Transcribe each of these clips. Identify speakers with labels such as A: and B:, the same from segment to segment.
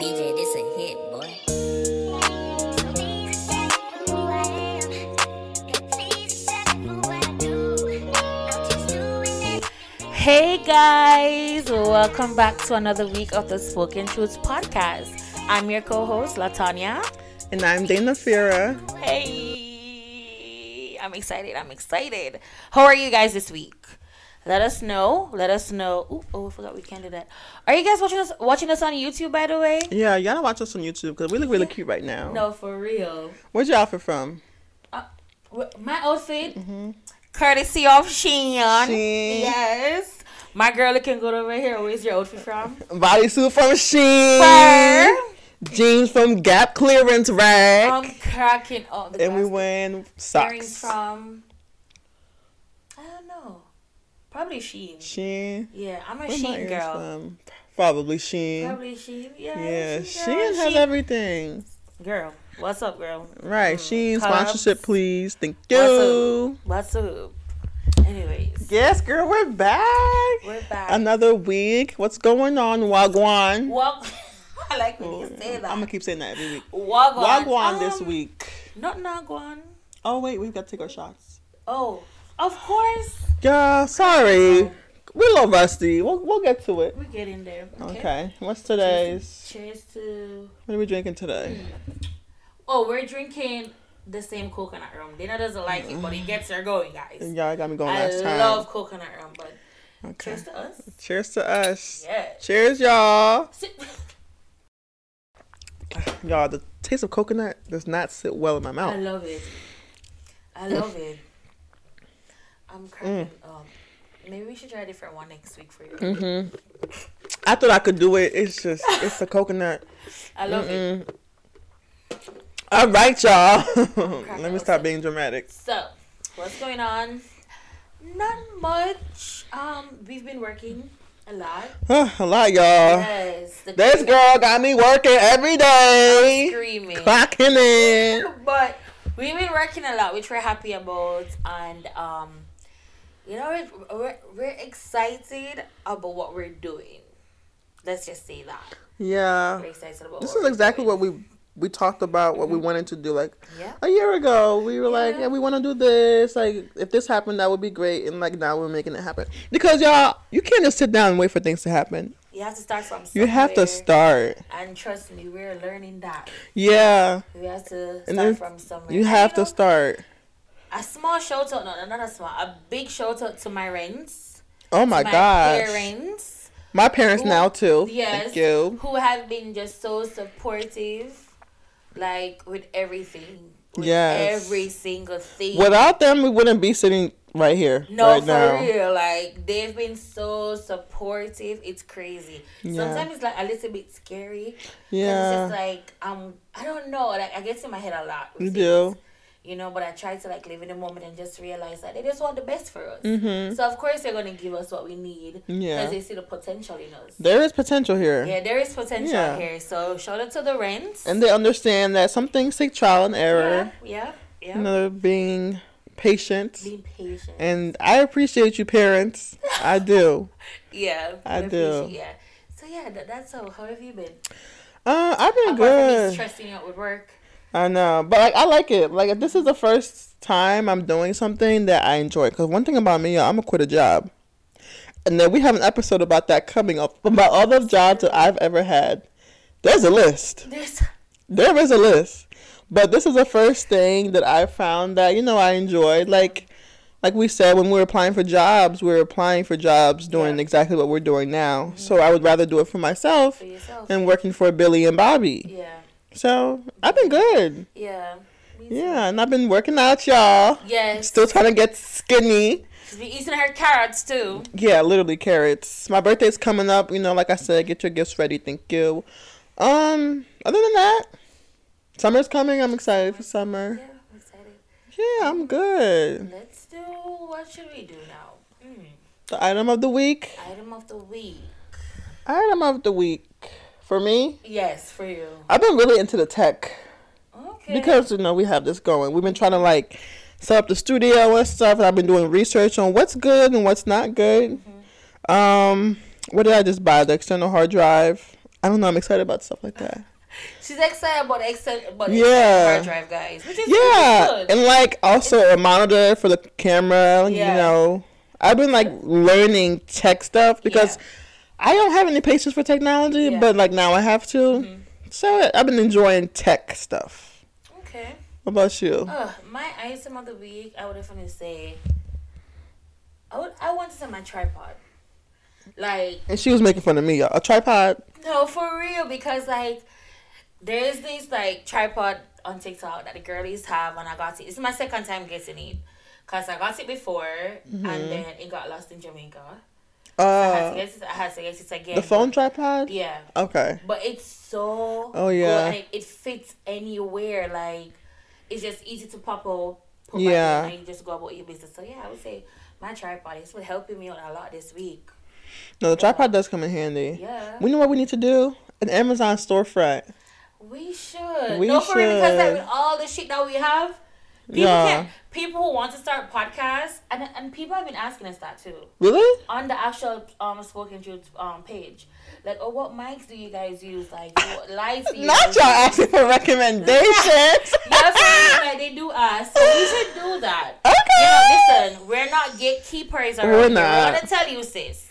A: DJ, this a hit, boy.
B: Hey guys, welcome back to another week of the Spoken Truths podcast. I'm your co-host Latanya.
C: And I'm Dana Sierra.
B: Hey, I'm excited. I'm excited. How are you guys this week? Let us know. Let us know. Ooh, oh, I forgot we can't do that. Are you guys watching us watching us on YouTube? By the way,
C: Yeah, y'all watch us on YouTube because we look really cute right now.
B: no, for real.
C: Where's your outfit from?
B: Uh, My outfit, courtesy of Mm-hmm. Shein.
C: Shein.
B: Yes, my girl looking good over here. Where's your outfit from?
C: Bodysuit from
B: Uh,
C: Sheen.
B: Fur.
C: Jeans from Gap Clearance Rack.
B: I'm cracking up. The
C: and we
B: basket.
C: wearing
B: Earrings
C: socks.
B: from. I don't know. Probably Sheen.
C: Sheen.
B: Yeah, I'm a
C: Where my
B: Sheen
C: earrings
B: girl.
C: from? Probably Sheen.
B: Probably Sheen. Yeah.
C: yeah,
B: Sheen. girl.
C: Sheen has
B: Shein-
C: everything.
B: Girl, what's up, girl?
C: Right, Sheen
B: Collabs.
C: sponsorship, please. Thank
B: Mm, What's
C: you.
B: What's up? Anyways,
C: Yes, girl, we're back.
B: we're back.
C: Another week. What's going on, Wagwan?
B: Walk. I like when you say
C: Oh, I'm
B: that.
C: gonna keep saying that every week.
B: Wagwan.
C: Wagwan this
B: Um,
C: week.
B: Not Nagwan.
C: Oh wait, we've got to take our shots.
B: Oh, of course.
C: Yeah, sorry. We're a little rusty. We'll we'll get to it.
B: We get in there.
C: Okay.
B: Okay.
C: What's today's?
B: Cheers to.
C: What are we drinking today?
B: Oh, we're drinking the same coconut rum. Dana doesn't like it, but
C: Mm.
B: it gets her going, guys.
C: Y'all got me going
B: I
C: last time.
B: love coconut rum, but
C: okay.
B: cheers
C: Cheers.
B: to us.
C: to us.
B: Yeah.
C: Cheers, y'all.
B: Sit-
C: Y'all, the taste of coconut does not sit well in my
B: I
C: mouth.
B: love it. I
C: Mm.
B: love it. I'm cracking up. Maybe we should try a different one next week for you.
C: Mm-hmm. I thought I could do it. It's just it's the coconut.
B: I love
C: Mm-hmm.
B: it.
C: All right, y'all. Let me
B: cracking
C: stop
B: open.
C: being dramatic.
B: So, what's going on? Not much. Um, we've been working a lot.
C: a lot, y'all.
B: Yes. The
C: Uh, This
B: kids
C: girl got me working every
B: are
C: day.
B: Screaming.
C: Clocking in.
B: but we've been working a lot, which we're happy about, and um, you know, we're- we're, we're excited about what we're doing. Let's just say that
C: Yeah.
B: we're excited about.
C: This
B: what
C: is
B: we're
C: exactly
B: doing.
C: what we we talked about what we wanted to do like
B: Mm-hmm. Yeah.
C: a year ago. We were like,
B: Yeah.
C: yeah, we want to do this. Like if this happened, that would be great and like now we're making it happen. Because y'all, you can't just sit down and wait for things to happen.
B: You have to start from.
C: You have to
B: somewhere,
C: start.
B: And trust me, we're learning that
C: Yeah.
B: we have to
C: And
B: start
C: if
B: from somewhere.
C: You
B: And,
C: have to
B: know,
C: start.
B: A small shout out, no, no, not a small, a big shout out to my rents.
C: Oh my,
B: my
C: gosh.
B: Parents.
C: My parents
B: Who-
C: now too.
B: Yes.
C: Thank you.
B: Who have been just so supportive, like with everything. With
C: Yes.
B: Every single thing.
C: Without them, we wouldn't be sitting right here
B: no,
C: right
B: for
C: now.
B: real. Like they've been so supportive. It's crazy. Sometimes it's like a little bit scary. 'cause
C: Yeah.
B: It's just like um, I don't know. Like I get in my head a lot. with
C: you
B: things,
C: do.
B: You know, but I try to like live in the moment and just realize that they just want the best for us. So of course they're gonna give us what we need
C: Mm-hmm. Yeah.
B: because they see the potential in us.
C: There is potential here.
B: Yeah, there is potential
C: Yeah.
B: here. So shout out to the rents.
C: And they understand that some things take trial and
B: yeah,
C: error.
B: yeah, yeah.
C: You know, being patient.
B: Being patient.
C: And I appreciate you, parents. I do.
B: yeah,
C: I
B: we
C: do.
B: appreciate- Yeah. So yeah, that, that's how. How have you been?
C: Uh, I've
B: Apart
C: been
B: from me
C: good.
B: stressing out with work.
C: I know, but like I like it. Like if this is the first time I'm doing something that I enjoy. Cause one thing about me, y'all, I'm gonna quit a job, and then we have an episode about that coming up about all the jobs that I've ever had. There's a list.
B: There's
C: There is a list, but this is the first thing that I found that you know I enjoyed. Like, like we said, when we were applying for jobs, we were applying for jobs doing
B: Yeah.
C: exactly what we're doing now. So I would rather do it for myself
B: for yourself.
C: than working for Billy and Bobby.
B: yeah,
C: So I've been good,
B: yeah. Me too.
C: yeah, and I've been working out, y'all.
B: Yes.
C: Still trying to get skinny.
B: She's been eating her carrots too.
C: Yeah, literally carrots. My birthday's coming up. You know, like I said, get your gifts ready. Thank you. Um, other than that, summer's coming. I'm excited for summer.
B: Yeah, I'm excited.
C: Yeah, I'm good.
B: Let's do. What should we do now? Mm,
C: The item of the week.
B: item of the week.
C: Item of the week for me.
B: Yes, for you.
C: I've been really into the tech
B: Okay.
C: because you know we have this going. We've been trying to like set up the studio and stuff, and I've been doing research on what's good and what's not good. Um, what did I just buy? The external hard drive. I don't know. I'm excited about stuff like that.
B: She's excited about extend, about
C: Yeah.
B: extended hard drive, guys. Which is
C: Yeah,
B: good.
C: and like also a monitor for the camera.
B: Yeah.
C: You know, I've been like learning tech stuff because
B: Yeah.
C: I don't have any patience for technology,
B: Yeah. Mm-hmm.
C: but like now I have to. So I've been enjoying tech stuff.
B: Okay.
C: What about you?
B: Ugh, my item of the week, I would definitely say. I would. I want to say my tripod. Like
C: And she was making fun of me, y'all. A tripod.
B: no, for real, because like there's this like tripod on TikTok that the girlies have, and I got it. It's my second time getting it, cause I got it before, and then it got lost in Jamaica. I had to
C: Mm-hmm. Uh,
B: get it. I had to get it again.
C: the phone tripod.
B: Yeah.
C: Okay.
B: But it's so
C: Oh, yeah.
B: good. Like, it fits anywhere. Like it's just easy to pop up. Put
C: Yeah.
B: yeah. And you just go about your business. So yeah, I would say my tripod is helping me out a lot this week.
C: No, the tripod does come in handy.
B: Yeah.
C: We know what we need to do. An Amazon storefront.
B: We should.
C: We
B: no, for real, because like,
C: should.
B: with all the shit that we have, people
C: Yeah.
B: can people who want to start podcasts and and people have been asking us that too.
C: Really?
B: on the actual um spoken truth um page. Like, oh, what mics do you guys use? Like, what lights? do you
C: Not
B: use?
C: y'all asking for recommendations.
B: Yeah, for real, like they do us. So we should do that.
C: Okay.
B: Yeah, listen, we're not gatekeepers around
C: We're
B: here.
C: not.
B: We're gonna tell you, sis.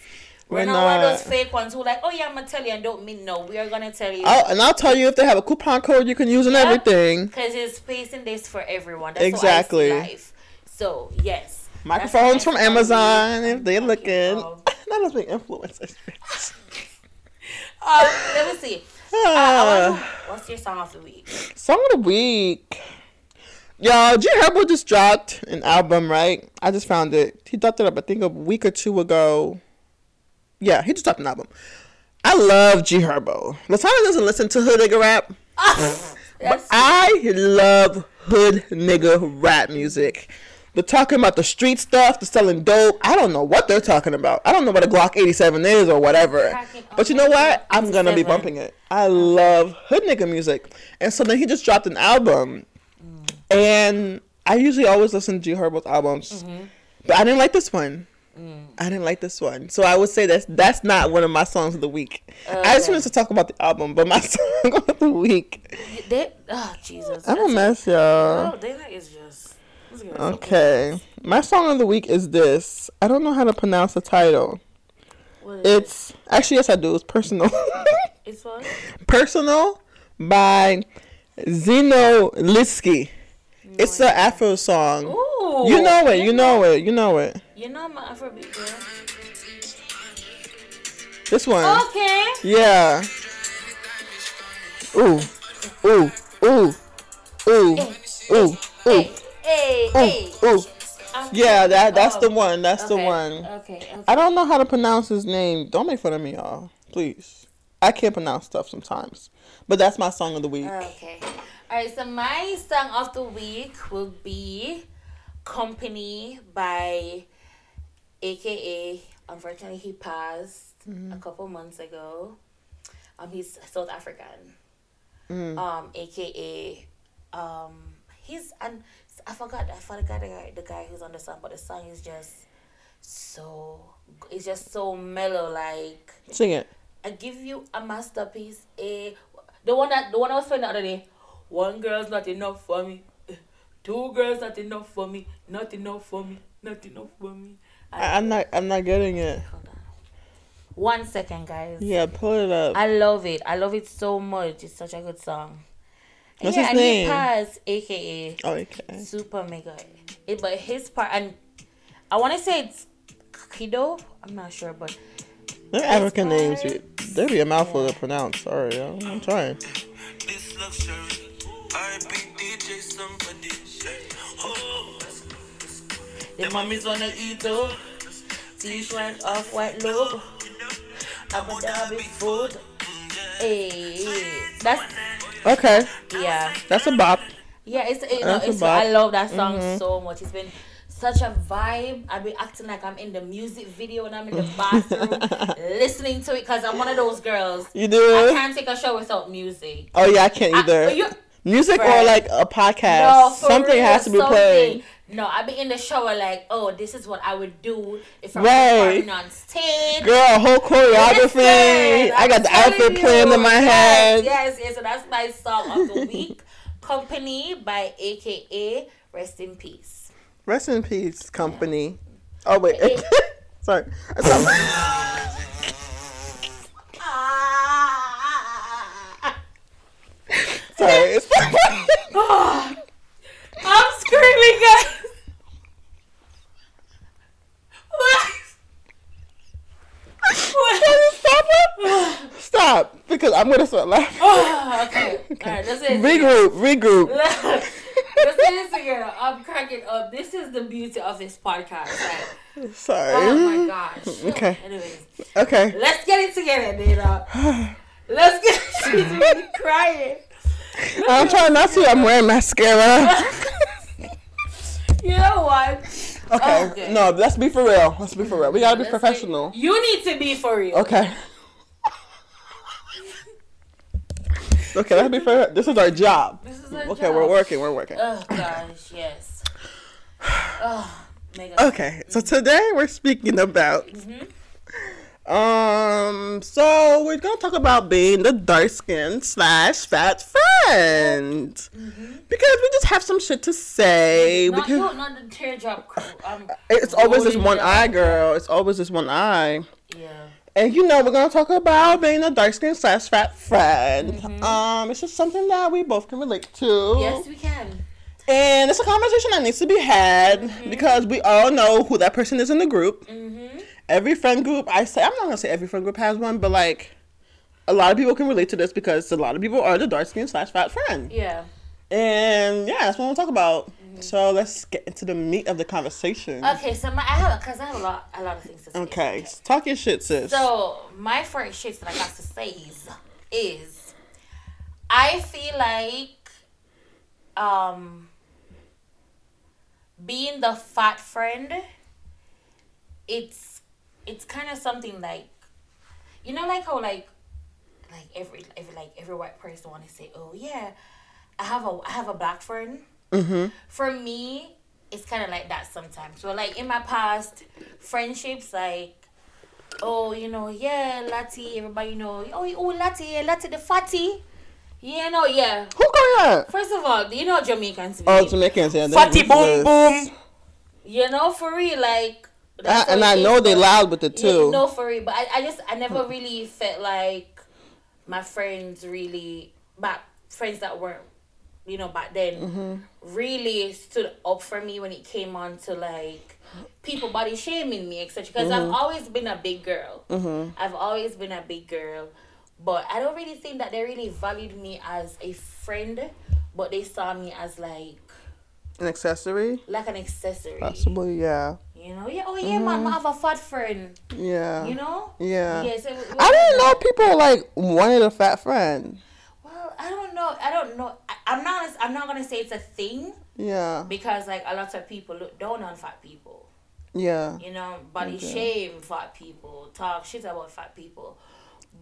B: We're,
C: We're
B: not, one of those
C: not.
B: fake ones who like, oh yeah, I'm gonna tell you and don't mean no. We are gonna tell you
C: I'll, and I'll tell you if they have a coupon code you can use and
B: Yeah.
C: everything.
B: because it's facing this for everyone. That's
C: Exactly.
B: exactly. life. So yes, That's
C: Microphones from
B: what I'm
C: Amazon if they're
B: talking
C: looking.
B: about.
C: Not us being influencers.
B: Um, let me see. Uh, I want
C: Ah,
B: to- what's your song of the week?
C: song of the week. Y'all, G Herbo just dropped an album, right? I just found it. He dropped it up, I think, a week or two ago. Yeah, he just dropped an album. I love G Herbo. Latana doesn't listen to hood nigga rap.
B: That's-
C: I love hood nigga rap music. They're talking about the street stuff, the selling dope. I don't know what they're talking about. I don't know what a Glock 87 is or whatever. But you know what? I'm gonna be bumping it. I love hood nigga music. And so then he just dropped an album.
B: Mm.
C: And I usually always listen to G Herbo's albums.
B: Mm-hmm.
C: But I didn't like this one.
B: Mm.
C: I didn't like this one. So I would say that's that's not one of my songs of the week. I just
B: Okay.
C: wanted to talk about the album, but my song of the week.
B: They, oh Jesus!
C: I'm a
B: That's-
C: mess, y'all.
B: Oh, Dana is just. let's give it a second.
C: Okay. My song of the week is this. I don't know how to pronounce the title.
B: What is it?
C: It's actually yes I do. It's personal.
B: It's what?
C: personal by Zeno Litsky. It's an Afro song.
B: Ooh.
C: You know it. You know it. You know it.
B: You know my Afrobeat girl.
C: This one.
B: Okay.
C: Yeah. Ooh. Ooh. Ooh. Ooh. Ooh. Ooh.
B: Hey, hey, hey.
C: Ooh. Ooh.
B: I'm-
C: Yeah, that that's
B: oh,
C: the one. That's the
B: okay,
C: one.
B: Okay. okay.
C: I don't know how to pronounce his name. Don't make fun of me, y'all. Please. I can't pronounce stuff sometimes. But that's my song of the week.
B: Oh, Okay. All right. So my song of the week will be "Company" by AKA. Unfortunately, he passed
C: Mm-hmm.
B: a couple months ago. Um, he's South African.
C: Mm.
B: Um, AKA. Um, he's and I forgot. I forgot the guy. The guy who's on the song, but the song is just so. It's just so mellow, like.
C: Sing it.
B: I give you a masterpiece. A the one that the one I was playing the other day. One girl's not enough for me. Eh, Two girls not enough for me. Not enough for me. Not enough for me.
C: I, I'm not I'm not getting it.
B: Hold on. One second, guys.
C: Yeah, pull it up.
B: I love it. I love it so much. It's such a good song. And
C: What's
B: yeah,
C: his
B: and
C: name?
B: he passed, aka
C: oh, okay.
B: Super Mega. It, but his part and I want to say it's Kido. I'm not sure, but
C: They're African names.
B: fine.
C: They be a mouthful
B: Yeah.
C: to pronounce. Sorry, I'm, I'm trying.
A: This luxury. I be DJ somebody. Oh,
B: The mummies wanna eat though. T-shirt off white lobe. I want to have it food.
A: Mm,
B: Hey, Eh, that's
C: Okay.
B: yeah,
C: That's a bop.
B: yeah. It's you know,
C: That's a Mm-hmm.
B: it's
C: bop.
B: I love that song so much. It's been such a vibe. I've been acting like I'm in the music video when I'm in the bathroom listening to it because I'm one of those girls.
C: You
B: I
C: do?
B: can't take a show without music.
C: Oh yeah, I can't
B: I-
C: either.
B: you-
C: Music or
B: Bruh.
C: like a podcast.
B: No, for
C: Something
B: real,
C: has to be
B: something.
C: playing.
B: No, I be in the shower like, oh, this is what I would do if I
C: Right.
B: was performing on stage.
C: Girl, whole choreography.
B: Listen,
C: I
B: I'm
C: got the
B: telling
C: outfit planned
B: you.
C: in my
B: Yes,
C: head.
B: Yes, yes, so that's my song of the week. Company by AKA Rest in Peace.
C: Rest in peace, company. Oh wait,
B: It-
C: sorry. sorry.
B: Ah.
C: sorry. It's-
B: I'm screaming, guys. What? What?
C: Stop it! Stop, because I'm gonna start laughing.
B: Oh, okay. All right, that's it.
C: Regroup, regroup.
B: Look, this is here. I'm cracking up. This is the beauty of this podcast. Like,
C: Sorry.
B: oh my gosh.
C: Okay.
B: Anyways,
C: Okay.
B: let's get it together, Nina. Let's get. She's really crying.
C: I'm trying not to. I'm wearing mascara.
B: You know what?
C: Okay.
B: Okay.
C: No, let's be for real. Let's be for real. We gotta be
B: Oh, Let's
C: professional.
B: be- you need to be for real.
C: Okay. okay, let's be for real. This is our job.
B: This is a
C: Okay,
B: job.
C: we're working. We're working.
B: Oh gosh, yes. Oh, mega.
C: Okay, so today we're speaking about.
B: Mhm.
C: Um, so we're gonna talk about being the dark skinned slash fat friend because we just have some shit to say.
B: Not
C: because
B: you, not the teardrop crew. Um,
C: it's always this
B: rolling
C: one
B: it
C: eye,
B: up.
C: girl. It's always this one eye.
B: Yeah.
C: And you know, we're gonna talk about being a dark skinned slash fat friend. Um, it's just something that we both can relate to.
B: Mm-hmm. Yes, we can.
C: And it's a conversation that needs to be had
B: Mm-hmm.
C: because we all know who that person is in the group.
B: Mhm.
C: Every friend group, I say, I'm not gonna say every friend group has one, but like a lot of people can relate to this because a lot of people are the dark skinned slash fat friend.
B: Yeah. Mm-hmm.
C: And yeah, that's what we'll talk about. So let's get into the meat of the conversation.
B: Okay, so my I have because I have a lot a lot of things to say.
C: Okay, talk your shit, sis.
B: So my first shit that I got to say is, is I feel like um being the fat friend it's it's kind of something like you know like how like like every every like every white person want to say oh yeah I have a I have a black friend
C: mm-hmm.
B: for me, it's kind of like that sometimes. So, like in my past, friendships, like, oh, you know, yeah, Lati, everybody know, oh, you- oh, Lati, yeah, Lati the fatty. Yeah, no, yeah.
C: Who got that?
B: First of all, you know Jamaicans.
C: Oh,
B: babe.
C: Jamaicans, yeah. they
B: Fatty
C: ruthless.
B: boom boom. You know, for real, like.
C: I,
B: that's
C: and
B: what
C: I
B: it
C: know
B: is,
C: they
B: but-
C: loud with it too.
B: yeah, no, for real. But I, I just, I never really felt like my friends really, back friends that were, you know, back then, really stood up for me when it came on to like people body shaming me, etc. Because I've always been a big girl. I've always been a big girl. But I don't really think that they really valued me as a friend, but they saw me as like
C: An accessory?
B: like an accessory.
C: Possibly, yeah.
B: You know, yeah, oh yeah, man, I have a fat friend.
C: Yeah.
B: You know,
C: yeah.
B: Yes, it,
C: I didn't know people like wanted a fat friend.
B: Well, I don't know. I don't know. I, I'm not. I'm not gonna say it's a thing
C: Yeah.
B: because like a lot of people look down on fat people.
C: Yeah.
B: You know, body
C: Okay.
B: shame fat people, talk shit about fat people.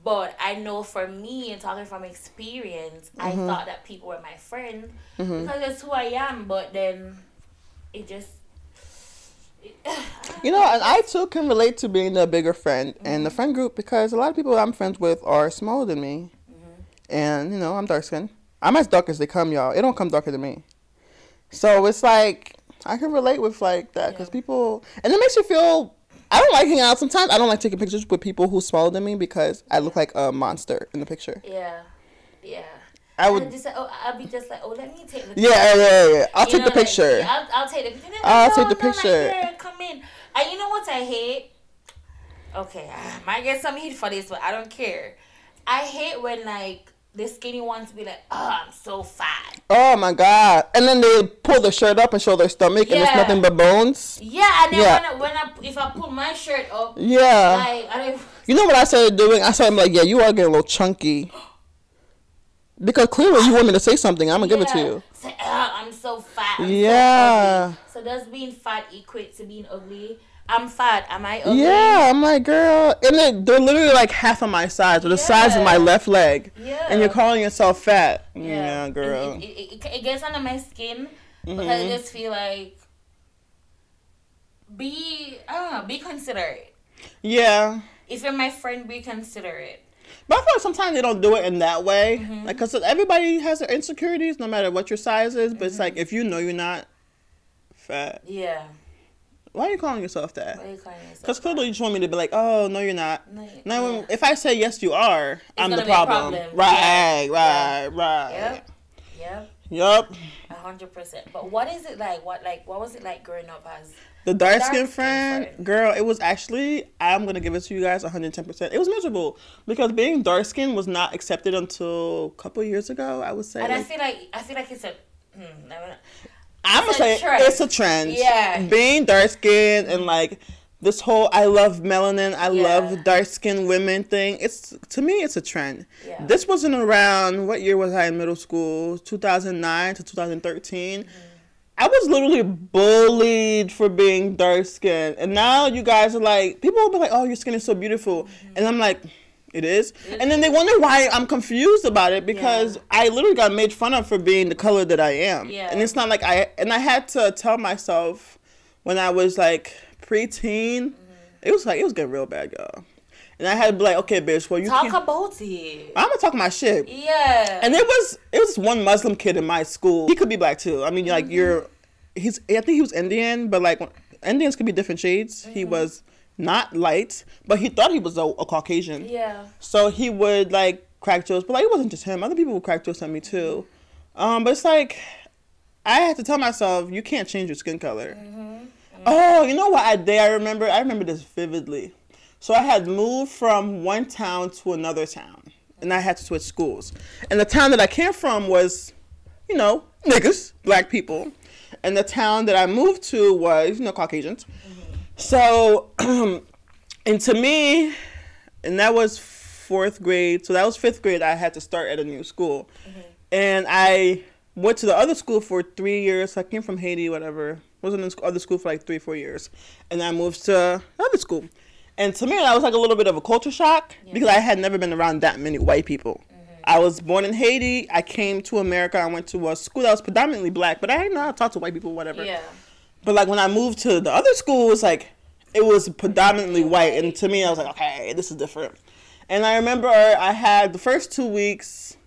B: But I know for me, and talking from experience, I
C: Mm-hmm.
B: thought that people were my friend because that's who I am. But then, it just. It,
C: You know, and I too can relate to being the bigger friend and the
B: Mm-hmm.
C: friend group because a lot of people I'm friends with are smaller than me.
B: Mm-hmm.
C: And, you know, I'm dark skinned. I'm as dark as they come, y'all. It don't come darker than me. So it's like, I can relate with like that because
B: Yeah.
C: people, and it makes you feel, I don't like hanging out sometimes. I don't like taking pictures with people who's smaller than me because I look like a monster in the picture.
B: yeah, yeah.
C: I
B: I'll
C: would,
B: just say, oh, I'll be just like, oh, let me take the
C: yeah, yeah, yeah. yeah. I'll
B: You
C: take
B: know,
C: the
B: like,
C: picture.
B: yeah, I'll, I'll take the picture.
C: I'll take the
B: like,
C: picture.
B: "Girl, come in. And you know what I hate? Okay, I might get some heat for this, but I don't care. I hate when like the skinny ones be like, oh, I'm so fat.
C: Oh my god! And then they pull the shirt up and show their stomach, and it's
B: Yeah.
C: nothing but bones.
B: Yeah, and then
C: Yeah.
B: when I, when I if I pull my shirt up,
C: Yeah.
B: like I don't.
C: you know what I started doing? I started like, yeah, you are getting a little chunky. Because clearly you want me to say something, I'm gonna give it to
B: Yeah.
C: you.
B: It's like, "Ugh, I'm so fat. I'm so
C: Yeah.
B: ugly." So, does being fat equate to being ugly? I'm fat. Am I ugly?
C: Yeah, I'm like, girl, and they they're literally like half of my size, or the size of my
B: Yeah.
C: left leg,
B: Yeah.
C: and you're calling yourself fat. Yeah,
B: It-
C: girl. Mm-hmm.
B: It, it, it, it gets under my skin because I just feel like be I don't know, be considerate.
C: Yeah.
B: If you're my friend, be considerate.
C: But I feel like sometimes they don't do it in that way.
B: Mm-hmm.
C: Like 'cause everybody has their insecurities, no matter what your size is. But it's like,
B: Mm-hmm.
C: if you know you're not fat,
B: Yeah.
C: why are you calling
B: What
C: yourself that?
B: are you calling yourself?
C: Because clearly you just want me to be like, oh, no, you're not.
B: No, you-
C: Now, when-
B: yeah.
C: if I say yes, you are, I'm the
B: gonna be a
C: problem.
B: problem.
C: Right,
B: Yeah.
C: right, right.
B: Yep. Yep.
C: Yep.
B: A hundred percent. But what is it like? What like what was it like growing up as
C: The dark
B: Dark-skinned
C: skinned friend,
B: friend.
C: girl, it was actually, I'm going to give it to you guys 110%. It was miserable because being dark skinned was not accepted until a couple years ago, I would say.
B: and I
C: Like,
B: feel like I feel like it's a hmm, I don't know.
C: I'm
B: It's
C: gonna
B: a
C: say
B: trend.
C: it's a trend.
B: Yeah.
C: Being dark skinned and like this whole I love melanin, I
B: Yeah.
C: love dark skinned women thing. It's to me it's a trend.
B: Yeah.
C: This wasn't around what year was I in middle school? Two thousand nine to two thousand thirteen.
B: Mm-hmm.
C: I was literally bullied for being dark skinned. And now you guys are like people will be like, Oh, your skin is so beautiful
B: Mm-hmm.
C: and I'm like it is. And then they wonder why I'm confused about it because
B: Yeah.
C: I literally got made fun of for being the color that I am.
B: Yeah.
C: And it's not like I and I had to tell myself when I was like preteen,
B: Mm-hmm.
C: it was like it was getting real bad, y'all. And I had to be like, okay, bitch, well you
B: Talk
C: can't,
B: about it.
C: I'm gonna talk my shit.
B: Yeah.
C: And there was it was one Muslim kid in my school. He could be black too. I mean, like
B: Mm-hmm.
C: you're, he's I think he was Indian, but like Indians could be different shades.
B: Mm-hmm.
C: He was not light, but he thought he was a, a Caucasian.
B: yeah.
C: So he would like crack jokes, but like it wasn't just him. Other people would crack jokes at me too. Um, but it's like I had to tell myself you can't change your skin color. Oh, you know what I did? I remember. I remember this vividly. So I had moved from one town to another town, and I had to switch schools. And the town that I came from was, you know, niggas, black people, and the town that I moved to was, you know, Caucasians. So, and to me, and that was fourth grade. So that was fifth grade. I had to start at a new school, and I went to the other school for three years. I came from Haiti, whatever. Was in the other school for like three, four years, and I moved to another school. And to me, that was like a little bit of a culture shock because I had never been around that many white people. I was born in Haiti. I came to America. I went to a school that was predominantly black, but I didn't know how to talk to white people, whatever.
B: Yeah.
C: But like when I moved to the other school, it was like it was predominantly white, and to me, I was like, okay, this is different. And I remember I had the first two weeks.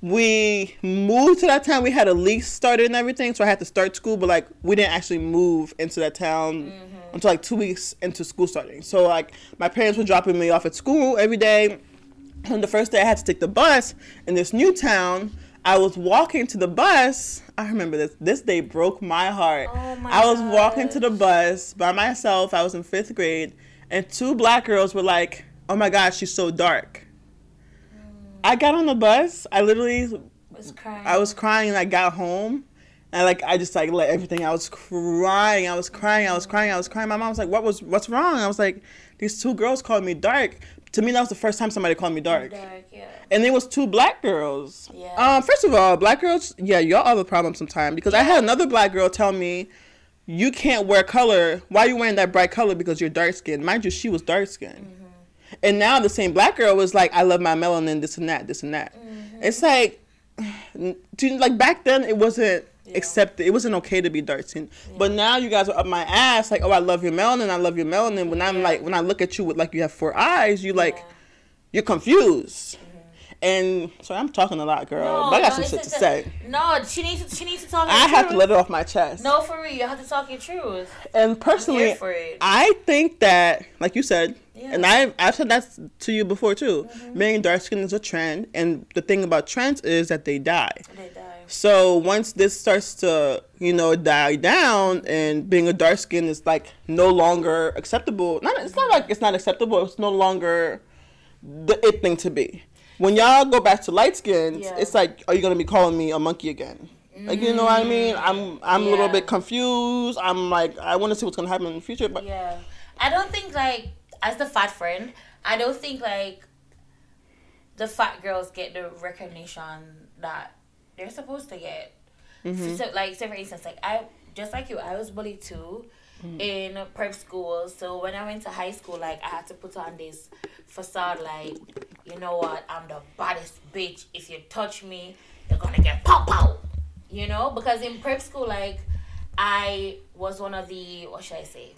C: We moved to that town. We had a lease started and everything, so I had to start school. But like, we didn't actually move into that town until like two weeks into school starting. So like, my parents were dropping me off at school every day, and the first day I had to take the bus in this new town. I was walking to the bus. I remember this. This day broke my heart.
B: Oh my
C: I was walking
B: gosh.
C: to the bus by myself. I was in fifth grade, and two black girls were like, "Oh my God, she's so dark."
B: Mm.
C: I got on the bus. I literally,
B: Was crying.
C: I was crying, and I got home, and like I just like let everything. I was crying. I was crying. I was crying. I was crying. My mom was like, "What was? What's wrong?" I was like, "These two girls called me dark." To me, that was the first time somebody called me dark
B: dark, yeah.
C: and it was two black girls.
B: Yeah.
C: Um, first of all, black girls, yeah, y'all have a problem sometimes because I had another black girl tell me, "You can't wear color. Why you wearing that bright color? Because you're dark skinned." Mind you, she was dark skinned.
B: Mm-hmm.
C: And now the same black girl was like, "I love my melanin. This and that. This and that."
B: Mm-hmm.
C: It's like, do you- like back then it wasn't
B: Yeah.
C: accepted. It wasn't okay to be dark skinned. But now you guys are up my ass. Like, oh, I love your melanin. I love your melanin. When I'm
B: Yeah.
C: like, when I look at you with like you have four eyes, you like
B: Yeah.
C: you're confused. And so I'm talking a lot, girl. but I got some
B: it's
C: shit to
B: just a-
C: say.
B: No, she needs to she needs to talk
C: I
B: her
C: have to
B: truth.
C: let it off my chest.
B: No, for real, you have to talk your truth.
C: And
B: I'm here
C: personally,
B: for it.
C: I think that, like you said,
B: Yeah. Mm-hmm.
C: and I've, I've said that to you before too, being dark skin is a trend. And the thing about trends is that they die.
B: They die.
C: So once this starts to, you know, die down and being a dark skin is like no longer acceptable. Not it's not like it's not acceptable, it's no longer the it thing to be. When y'all go back to light skins,
B: Yeah.
C: it's like, are you gonna be calling me a monkey again? Like you know what I mean? I'm I'm a little
B: Yeah.
C: bit confused. I'm like I wanna see what's gonna happen in the future. But
B: Yeah. I don't think like as the fat friend, I don't think like the fat girls get the recognition that they're supposed to get. So, so, like so for instance, like I just like you, I was bullied too in prep school. So when I went to high school, like I had to put on this facade like, you know what, I'm the baddest bitch. If you touch me, you're gonna get pow pow. You know? Because in prep school like I was one of the what should I say?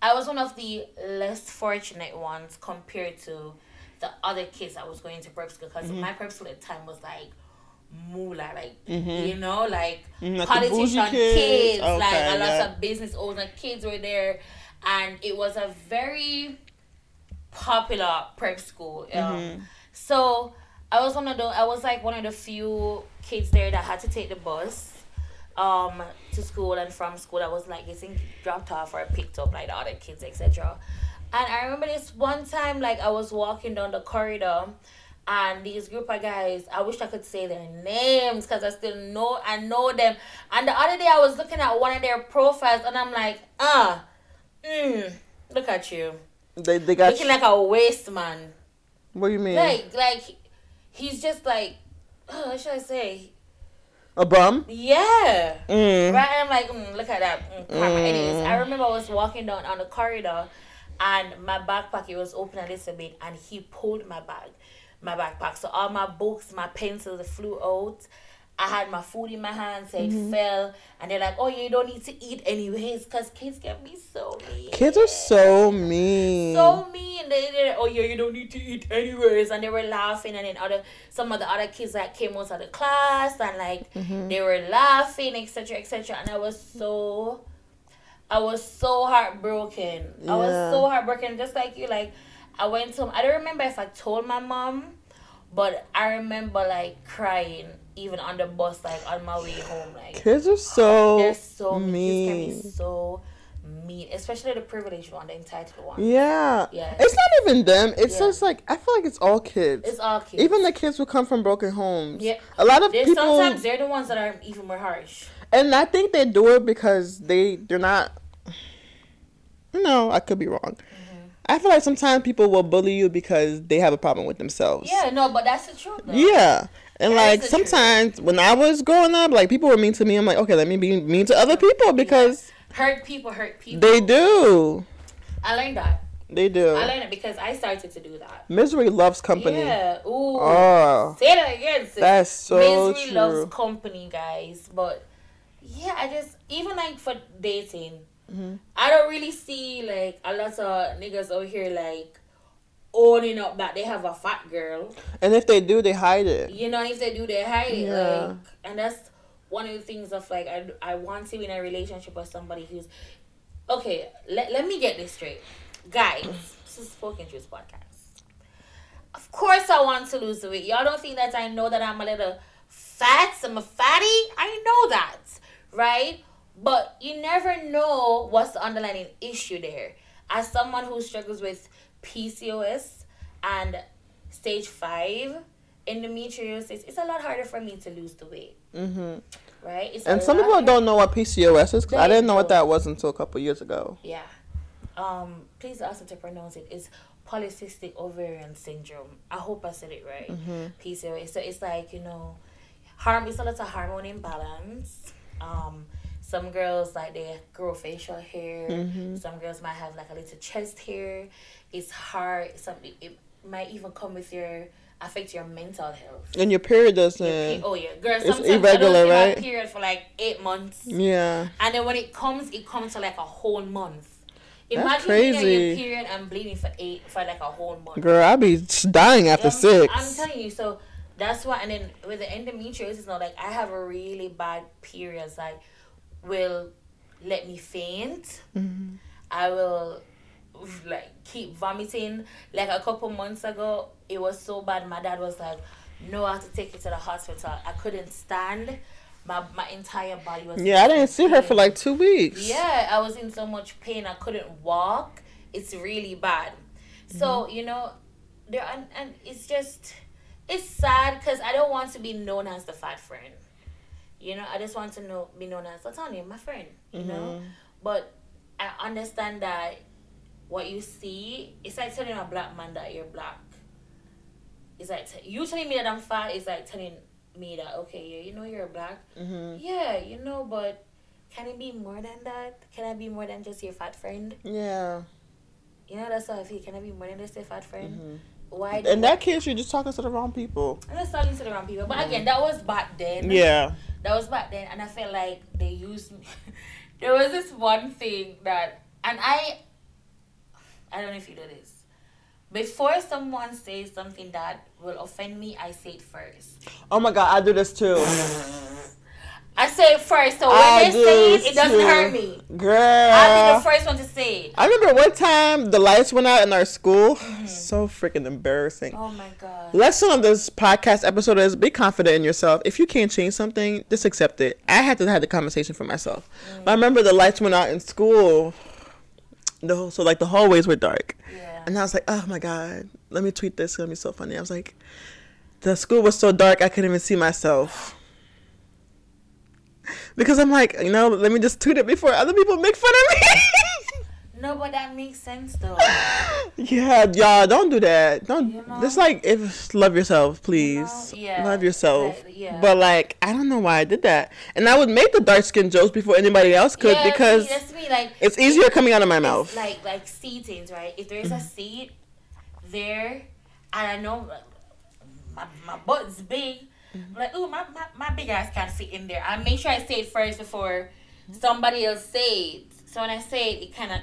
B: I was one of the less fortunate ones compared to the other kids that was going to prep school
C: Mm-hmm.
B: because my prep school at the time was like moolah, like you know, like
C: Mhm, Mm-hmm. like the bougie
B: politician
C: kids.
B: kids,
C: Okay,
B: like a lot
C: yeah.
B: of business owner kids were there, and it was a very popular prep school. Um,
C: Mm-hmm.
B: So I was one of the I was like one of the few kids there that had to take the bus um to school and from school I was like getting dropped off or picked up like the other kids etc and I remember this one time like I was walking down the corridor and these group of guys I wish I could say their names because I still know I know them and the other day I was looking at one of their profiles and I'm like uh mm, look at you
C: They they got.
B: looking like a waste man
C: what do you mean?
B: like like he's just like uh, what should I say
C: a bum?
B: yeah
C: Mm.
B: Right, I'm like, mm, look at that. Mm, karma. Anyways, I remember I was walking down on the corridor, and my backpack it was open a little bit, and he pulled my bag, my backpack. So all my books, my pencils flew out. I had my food in my hand, so it fell, and they're like, "Oh, you don't need to eat anyways, cause kids can be so mean."
C: Kids are so mean.
B: so mean. They, they, oh yeah, you don't need to eat anyways, and they were laughing, and then other some of the other kids that came out of the class, and like
C: Mm-hmm.
B: they were laughing, etc., etc. And I was so, I was so heartbroken. I
C: Yeah.
B: was so heartbroken, just like you. Like I went home. I don't remember if I told my mom, but I remember like crying even on the bus, like on my way home, like.
C: Kids are so,
B: They're so mean.
C: mean.
B: Kids can be so mean, especially the privileged one, the entitled one.
C: yeah.
B: Yeah.
C: It's not even them. It's
B: Yeah.
C: just like I feel like it's all kids.
B: It's all kids.
C: even the kids who come from broken homes.
B: Yeah.
C: A lot of
B: They're-
C: people
B: sometimes they're the ones that are even more harsh.
C: and I think they do it because they they're not. No, I could be wrong.
B: Mm-hmm.
C: I feel like sometimes people will bully you because they have a problem with themselves.
B: Yeah, no, but that's the truth. Though.
C: Yeah. And
B: That
C: like
B: is the truth.
C: sometimes when I was growing up, like people were mean to me. I'm like, okay, let me be mean to other people because
B: hurt people hurt people.
C: they do.
B: I learned that.
C: They do.
B: I learned it because I started to do that.
C: Misery loves company.
B: Yeah. Ooh.
C: Oh,
B: Say that again. sis.
C: that's so
B: Misery
C: true.
B: loves company, guys. But yeah, I just even like for dating,
C: Mm-hmm.
B: I don't really see like a lot of niggas over here like owning up that they have a fat girl.
C: and if they do, they hide it.
B: you know if they do they hide it
C: Yeah.
B: like and that's one of the things of like I, I want to be in a relationship with somebody who's okay let, let me get this straight guys this is spoken truth podcast of course i want to lose the weight y'all don't think that i know that i'm a little fat i'm a fatty i know that right but you never know what's the underlying issue there as someone who struggles with pcos and stage five endometriosis it's a lot harder for me to lose the weight
C: hmm
B: right it's
C: And
B: a
C: some
B: lot
C: people
B: harder.
C: don't know what PCOS is because I
B: They
C: didn't know what
B: don't.
C: that was until a couple years ago.
B: Yeah. Um, please ask them to pronounce it. It's polycystic ovarian syndrome. I hope I said it right.
C: Mm-hmm.
B: PCOS. So it's like, you know, harm it's a lot of hormone imbalance. Um, some girls like they grow facial hair.
C: Mm-hmm.
B: Some girls might have like a little chest hair. It's hard. Some it, it might even come with your affect your mental health.
C: And your period doesn't.
B: Your pe- oh yeah, girls.
C: It's
B: sometimes I don't
C: irregular,
B: see my
C: right?
B: Period for like eight months.
C: yeah.
B: And then when it comes, it comes for like a whole month. Imagine
C: That's
B: being on
C: crazy.
B: your period and bleeding for eight for like a whole month.
C: Girl, I be dying after
B: I'm,
C: 6
B: I'm telling you, so that's why. And then with the endometriosis, now like I have a really bad periods. Like, will let me faint.
C: Mm-hmm.
B: I will like keep vomiting. Like a couple months ago, it was so bad. My dad was like, "No, I have to take you to the hospital." I couldn't stand. My my entire body was
C: yeah, I didn't see her for
B: pain.
C: like two weeks.
B: Yeah, I was in so much pain. I couldn't walk. It's really bad. So you know, there and, and it's just it's sad because I don't want to be known as the fat friend. You know, I just want to know be known as Latanya, my friend. You
C: Mm-hmm.
B: know, but I understand that what you see it's like telling a black man that you're black. It's like t- you telling me that I'm fat is like telling me that okay, yeah, you know you're black.
C: Mhm.
B: Yeah, you know, but can it be more than that? Can I be more than just your fat friend?
C: Yeah.
B: You know, that's how I feel. Can I be more than just your fat friend?
C: Mhm.
B: Why? do-
C: In that case, you're just talking to the wrong people.
B: I'm just talking to the wrong people. But again, that was back then.
C: Yeah.
B: That was back then, and I felt like they used me. there was this one thing that, and I, I don't know if you do this. Before someone says something that will offend me, I say it first.
C: Oh my god, I do this too.
B: I say it first, so when
C: I
B: they say
C: do
B: it, it doesn't
C: too. Uh-huh.
B: hurt me.
C: Girl.
B: I'll be the first one to say it.
C: I remember one time the lights went out in our school.
B: Mm-hmm.
C: So freaking embarrassing.
B: Oh my god.
C: Lesson of this podcast episode is be confident in yourself. If you can't change something, just accept it. I had to have the conversation for myself. But I remember the lights went out in school. The whole, so like the hallways were dark.
B: Yeah.
C: And I was like, oh my God, let me tweet this. It's going to be so funny. I was like, the school was so dark, I couldn't even see myself. Because I'm like, you know, let me just tweet it before other people make fun of me.
B: No, but that makes sense though.
C: yeah, y'all, don't do that. Don't,
B: You know?
C: just like, if love yourself, please.
B: Yeah,
C: Love yourself.
B: exactly, yeah.
C: But like, I don't know why I did that. And I would make the dark skin jokes before anybody else could
B: yeah,
C: because
B: see, that's me. Like
C: it's easier coming out of my mouth.
B: it's like like seatings, right? If there is a
C: Mm-hmm.
B: seat there, and I know like, my my butt's big,
C: Mm-hmm.
B: I'm like ooh my, my my big ass can't fit in there. I make sure I say it first before
C: Mm-hmm.
B: somebody else say it. So when I say it, it kind of.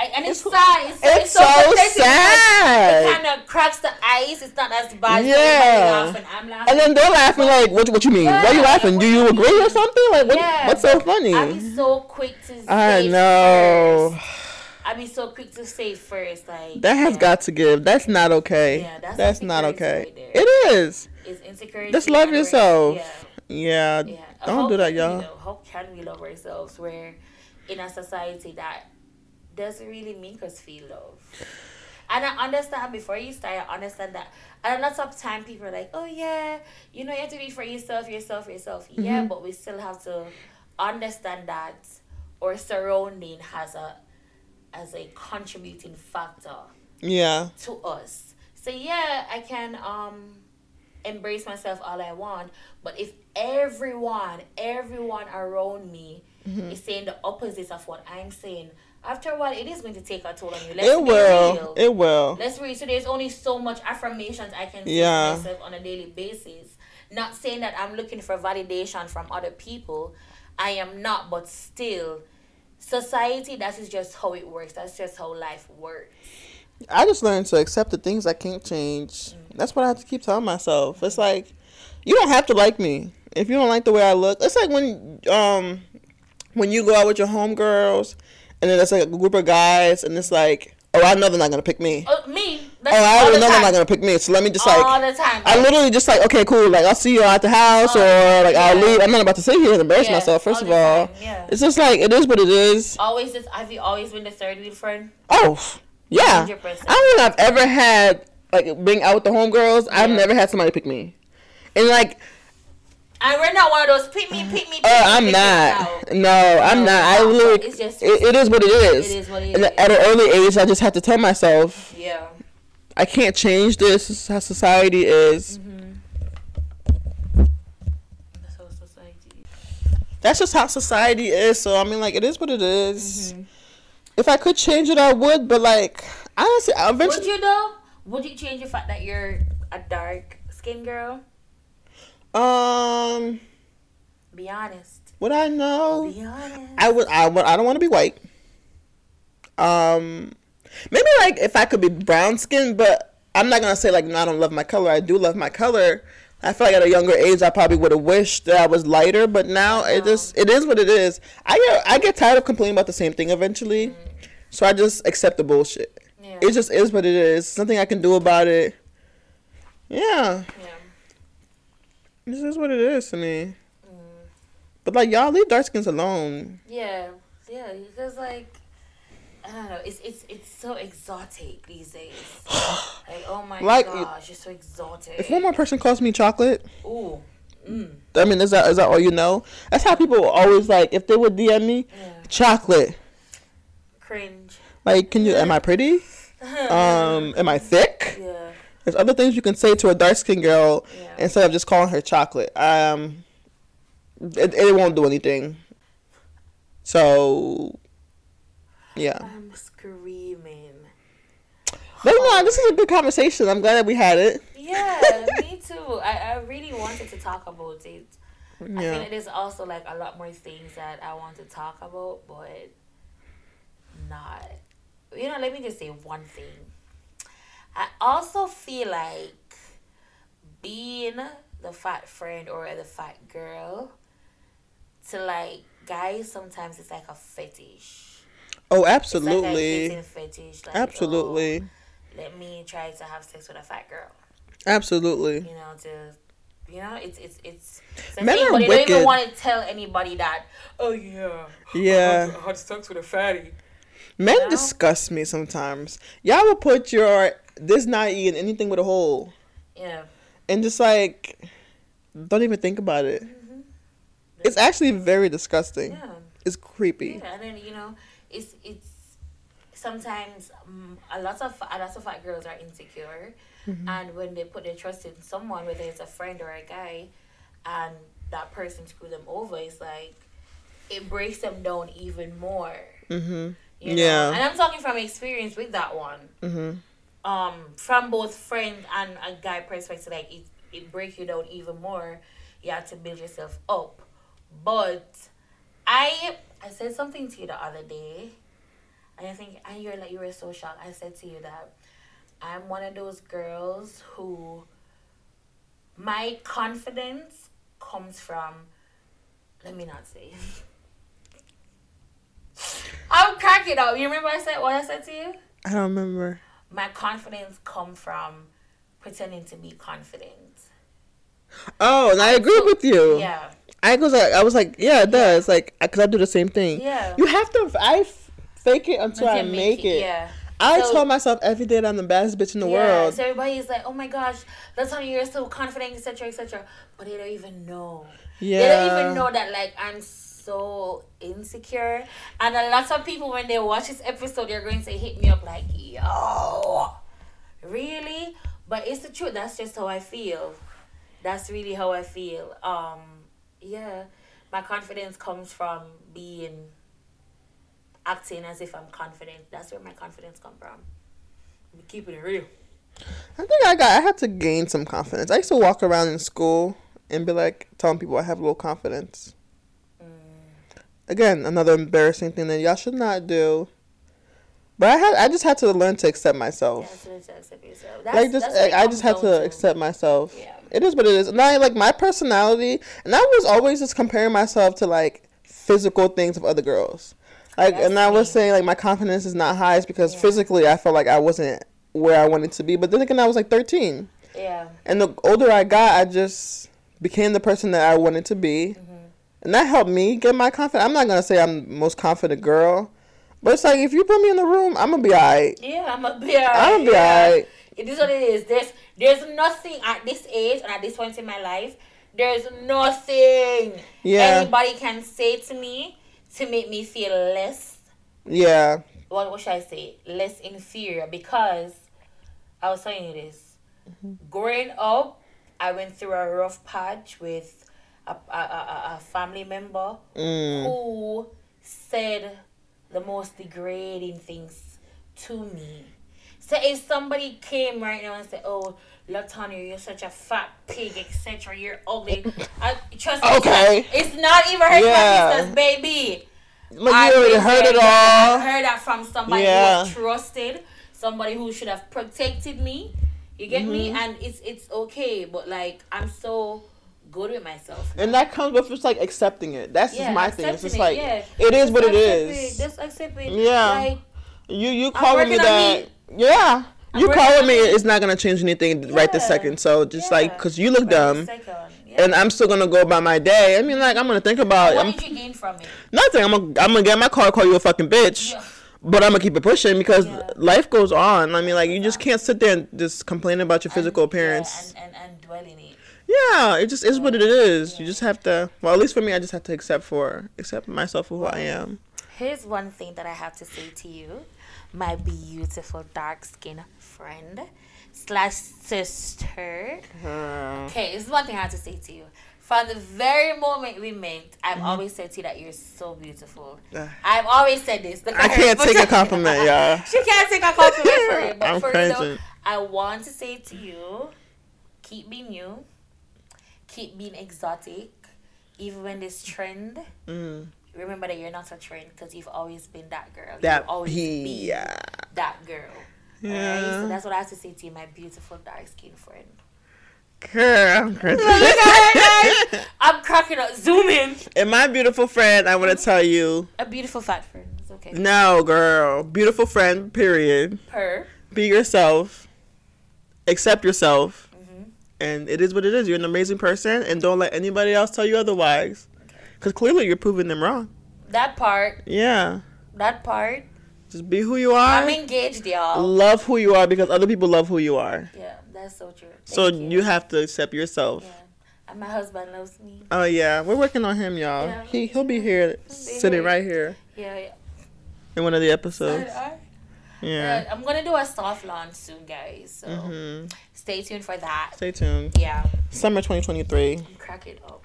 B: I, and it's,
C: It's-
B: sad. It's,
C: it's so
B: pathetic because
C: sad.
B: It kind of cracks the ice. It's not as bad.
C: Yeah.
B: Yeah. Laughing. I'm laughing.
C: And then they're laughing like, what, what you mean? Why are you
B: Yeah,
C: laughing?
B: what
C: Do
B: do
C: you
B: you
C: agree or
B: mean?
C: something? Like, what,
B: Yeah,
C: what's so funny?
B: I'd be so quick to.
C: I
B: say it
C: know.
B: first. I'd be so quick to say it first, like
C: That has
B: yeah,
C: got to give. That's not okay.
B: Yeah,
C: that's,
B: that's
C: not okay.
B: insecurity right there.
C: it is.
B: It's insecurity.
C: Just love
B: and we're-
C: yourself.
B: Yeah.
C: Yeah.
B: Yeah.
C: Don't do that, y'all.
B: how can we love ourselves? We're in a society that doesn't really make us feel love. And I understand before you start, I understand that. And a lot of time people are like, oh, yeah, you know, you have to be for yourself, yourself, yourself. Yeah,
C: Mm-hmm.
B: but we still have to understand that our surrounding has a as a contributing factor
C: Yeah.
B: to us. So yeah, I can um embrace myself all I want, but if everyone, everyone around me
C: Mm-hmm.
B: is saying the opposite of what I'm saying, after a while it is going to take a toll on you. Let's
C: it
B: be
C: will.
B: real.
C: It will.
B: Let's read. So there's only so much affirmations I can say
C: Yeah.
B: to myself on a daily basis. Not saying that I'm looking for validation from other people. I am not, but still, society, that is just how it works. That's just how life works.
C: I just learned to accept the things I can't
B: Mm.
C: change. That's what I have to keep telling myself. It's like, you don't have to like me. If you don't like the way I look, it's like when um when you go out with your homegirls and then it's like a group of guys and it's like, oh, I know they're not gonna pick me.
B: Uh, me.
C: Oh,
B: That's
C: I
B: all
C: already
B: the
C: know they're
B: time.
C: not gonna pick me. So let me just
B: all
C: like,
B: the time.
C: I literally just like, okay, cool. Like I'll see you at the house,
B: All the
C: or like I'll
B: time, yeah.
C: leave. I'm not about to sit here and embarrass
B: Yeah,
C: myself.
B: all
C: First of
B: the
C: all,
B: time, yeah.
C: it's just like it is what it is.
B: always just have you always been the third wheel friend?
C: Oh, yeah.
B: 100%.
C: I don't think I've ever had like being out with the homegirls. I've
B: Yeah.
C: never had somebody pick me, and like
B: And we're not one of those pick me, pick me, pick me.
C: uh, I'm
B: pick me now.
C: not. No, I'm
B: No,
C: not. I
B: no,
C: literally.
B: it's just-
C: it, it is what it is.
B: It is what it
C: And
B: is.
C: at an early age, I just had to tell myself
B: Yeah.
C: I can't change this. This is how society is.
B: Mm-hmm. That's how society.
C: that's just how society is. So I mean, like, it is what it is.
B: Mm-hmm.
C: If I could change it, I would. But like, honestly, I
B: Would
C: eventually,
B: you though? Would you change the fact that you're a dark skinned girl?
C: um,
B: Be honest.
C: would I know?
B: Be honest.
C: I would. I would. I don't want to be white. Um, maybe like if I could be brown skinned, but I'm not gonna say like no, I don't love my color. I do love my color. I feel like at a younger age, I probably would have wished that I was lighter, but now it just it is what it is. I get I get tired of complaining about the same thing eventually, so I just accept the bullshit.
B: Yeah.
C: It just is what it is. Nothing I can do about it. Yeah,
B: yeah.
C: this is what it is to me. But like y'all leave dark skins alone.
B: Mm. Yeah. Yeah. Because like I don't know. It's it's it's so exotic these days. like oh my
C: Like-
B: gosh, you're so exotic.
C: If one more person calls me chocolate,
B: Ooh. Mm.
C: I mean, is that is that all you know? That's how people were always like if they would DM me
B: Yeah.
C: chocolate.
B: Cringe.
C: Like, can you? Am I pretty? Um, am I thick?
B: Yeah.
C: There's other things you can say to a dark skinned girl
B: Yeah.
C: instead of just calling her chocolate. Um, it, it won't do anything. So, yeah.
B: I'm screaming.
C: But no, this is a good conversation. I'm glad that we had it.
B: Yeah, me too. I, I really wanted to talk about it. I
C: Yeah.
B: think there's also like a lot more things that I want to talk about, but not. You know, let me just say one thing. I also feel like being the fat friend or the fat girl to like guys sometimes it's like a fetish.
C: Oh,
B: It's like a
C: absolutely.
B: kissing fetish. Like,
C: absolutely.
B: "Oh, let me try to have sex with a fat girl.
C: Absolutely.
B: You know, to you know, it's it's it's. it's a
C: Men
B: thing,
C: are
B: but they don't
C: wicked.
B: even want to tell anybody that. Oh yeah.
C: Yeah.
B: I had sex with a fatty.
C: Men
B: know?
C: disgust me sometimes. Y'all will put your this not eating anything with a hole
B: Yeah.
C: and just like don't even think about it. It's actually very disgusting.
B: Mm-hmm. Yeah.
C: It's creepy.
B: Yeah, and then you know, it's it's sometimes um, a lot of a lot of fat girls are insecure,
C: Mm-hmm.
B: and when they put their trust in someone, whether it's a friend or a guy, and that person screw them over, it's like it breaks them down even more.
C: Mhm.
B: You
C: Yeah.
B: know? and I'm talking from experience with that one.
C: Mhm.
B: Um, from both friend and a guy perspective, like it it breaks you down even more. You have to build yourself up, but I I said something to you the other day, and I think and you're like you were so shocked. I said to you that I'm one of those girls who my confidence comes from. Let me not say. I'm cracking up. You remember I said what I said to you?
C: I don't remember.
B: My confidence come from pretending to be confident.
C: Oh, and I agree with you.
B: Yeah.
C: I was like, I was like, yeah, it does. Like, I, cause I do the same thing.
B: Yeah.
C: You have to. I f- fake it until I
B: Until
C: make it.
B: Yeah.
C: I
B: So-
C: tell myself every day that I'm the baddest bitch in the world.
B: So everybody's like, oh my gosh, that's how you're so confident, etc., etc. But they don't even know. They don't
C: Yeah.
B: even know that like I'm so insecure. And a lot of people when they watch this episode, they're going to hit me up like, yo, really? But it's the truth. That's just how I feel. That's really how I feel. Um, yeah, my confidence comes from being acting as if I'm confident. That's where my confidence come from. Keeping it real.
C: I think I got. I had to gain some confidence. I used to walk around in school and be like telling people I have low confidence.
B: Mm.
C: Again, another embarrassing thing that y'all should not do. But I had. I just had to learn to accept
B: Yeah,
C: myself.
B: so to accept yourself.
C: like just,
B: what it
C: I, I
B: comes
C: just had
B: down
C: to accept myself.
B: Yeah.
C: It is what it is. And I like my personality, and I was always just comparing myself to like physical things of other girls. Like,
B: That's
C: and I was
B: me.
C: saying like my confidence is not high, it's because
B: Yeah.
C: physically I felt like I wasn't where I wanted to be. But then again, I was like thirteen.
B: Yeah,
C: And the older I got, I just became the person that I wanted to be.
B: Mm-hmm.
C: And that helped me get my confidence. I'm not going to say I'm the most confident girl, but it's like if you put me in the room, I'm going to be all right.
B: yeah, I'm a bear.
C: I'm going to be
B: yeah.
C: all right.
B: It is what it is. There's there's nothing at this age and at this point in my life. There's nothing
C: Yeah.
B: anybody can say to me to make me feel less.
C: Yeah.
B: What, what should I say? Less inferior because I was telling you this.
C: Mm-hmm.
B: Growing up, I went through a rough patch with a, a, a, a- a family member
C: Mm.
B: who said the most degrading things to me. So if somebody came right now and said, "Oh, Latanya, you're such a fat pig, etc. You're ugly," I, trust me,
C: Okay.
B: it's not even her
C: Yeah.
B: yeah. baby.
C: Like,
B: I've
C: you already
B: been
C: heard
B: there,
C: it
B: I've
C: all.
B: heard that from somebody
C: Yeah.
B: who was trusted, somebody who should have protected me. You get
C: Mm-hmm.
B: me? And it's it's okay, but like I'm so good with myself.
C: And that comes with just like accepting it. That's just
B: Yeah,
C: my thing. It's
B: accepting
C: just
B: it,
C: like,
B: yeah.
C: it is what it
B: Accept
C: is.
B: Just accept it.
C: Yeah.
B: Like,
C: You you
B: I'm
C: calling
B: working
C: me
B: on
C: that? Yeah.
B: I'm
C: you
B: working
C: calling
B: on
C: me
B: me.
C: it's not gonna change anything right this
B: Yeah.
C: second. So just
B: Yeah.
C: like, cause you look
B: Wait a
C: dumb,
B: second. Yeah.
C: and I'm still gonna go by my day. I mean, like I'm gonna think about it.
B: what
C: I'm,
B: did you gain from it?
C: nothing. I'm gonna I'm gonna get in my car, call you a fucking bitch,
B: Yeah.
C: but I'm gonna keep it pushing because
B: Yeah.
C: life goes on. I mean, like you just can't sit there and just complain about your physical
B: And- yeah,
C: appearance.
B: and, and, and dwell in it.
C: Yeah, it just is what it is. You
B: Yeah.
C: just have to. Well, at least for me, I just have to accept for accept myself for who I am.
B: Here's one thing that I have to say to you, my beautiful dark skinned friend slash sister. Okay, this is one thing I have to say to you. From the very moment we met, I've
C: Mm-hmm.
B: always said to you that you're so beautiful.
C: Ah.
B: I've always said this. Look
C: I
B: at her.
C: can't take a compliment, y'all.
B: she can't take a compliment for it. But
C: I'm
B: for real,
C: cringing.
B: I want to say to you, keep being you, keep being exotic, even when this trend,
C: Mm.
B: remember that you're not a trend because you've always been that girl.
C: That
B: You've always
C: he,
B: been
C: yeah.
B: that girl. Alright?
C: Yeah.
B: So that's what I have to say to you, my beautiful dark skinned friend.
C: Girl, girl.
B: I'm cracking up. Zoom in.
C: and my beautiful friend, I want to tell you,
B: A beautiful fat friend. It's okay.
C: no, girl, beautiful friend, period.
B: Her.
C: Be yourself, accept yourself,
B: Mhm.
C: and it is what it is. You're an amazing person, and don't let anybody else tell you otherwise, because clearly you're proving them wrong.
B: That part.
C: Yeah,
B: That part.
C: just be who you are.
B: I'm engaged, y'all.
C: love who you are because other people love who you are.
B: Yeah, that's so true.
C: so
B: Thank
C: you. have to accept yourself.
B: Yeah. And my husband loves me.
C: Oh yeah, we're working on him, y'all.
B: Yeah.
C: He he'll be here, sitting
B: here.
C: right here
B: Yeah, yeah.
C: in one of the episodes.
B: Uh,
C: Yeah.
B: I'm gonna do a soft launch soon, guys. So
C: hmm
B: stay tuned for that.
C: Stay tuned.
B: Yeah,
C: Summer 2023.
B: I'm cracking up.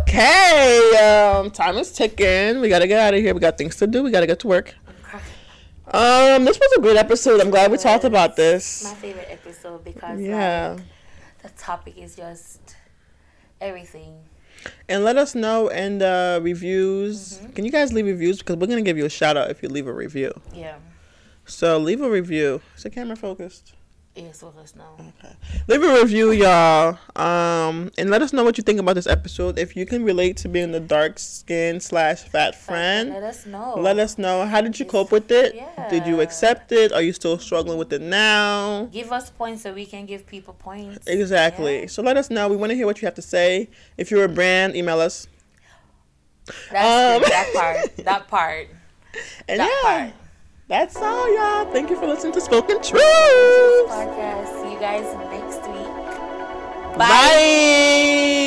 C: Okay, um, time is ticking. We gotta get out of here. We got things to do. We gotta get to work.
B: I'm cracking.
C: Um, this was a great episode. I'm glad we
B: Yes.
C: talked about this.
B: My favorite episode because yeah,
C: Yeah,
B: the topic is just everything.
C: and let us know in the reviews. Can you guys leave reviews? Because we're gonna give you a shout out if you leave a review.
B: Yeah.
C: So leave a review. Is the camera focused?
B: Yes, let us know.
C: Leave a review, y'all. Um, and let us know what you think about this episode. If you can relate to being the dark skin slash fat friend,
B: Let us know.
C: let us know. How did you cope with it? Did you
B: Yeah.
C: accept it? Are you still struggling with it now?
B: give us points so we can give people points.
C: Exactly.
B: Yeah.
C: So let us know. We want to hear what you have to say. If you're a brand, email us.
B: That's
C: Um.
B: true. that part. That part.
C: And
B: That
C: yeah,
B: part.
C: that's all, y'all. Thank you for listening to Spoken Truth.
B: Podcast. See you guys next week.
C: Bye.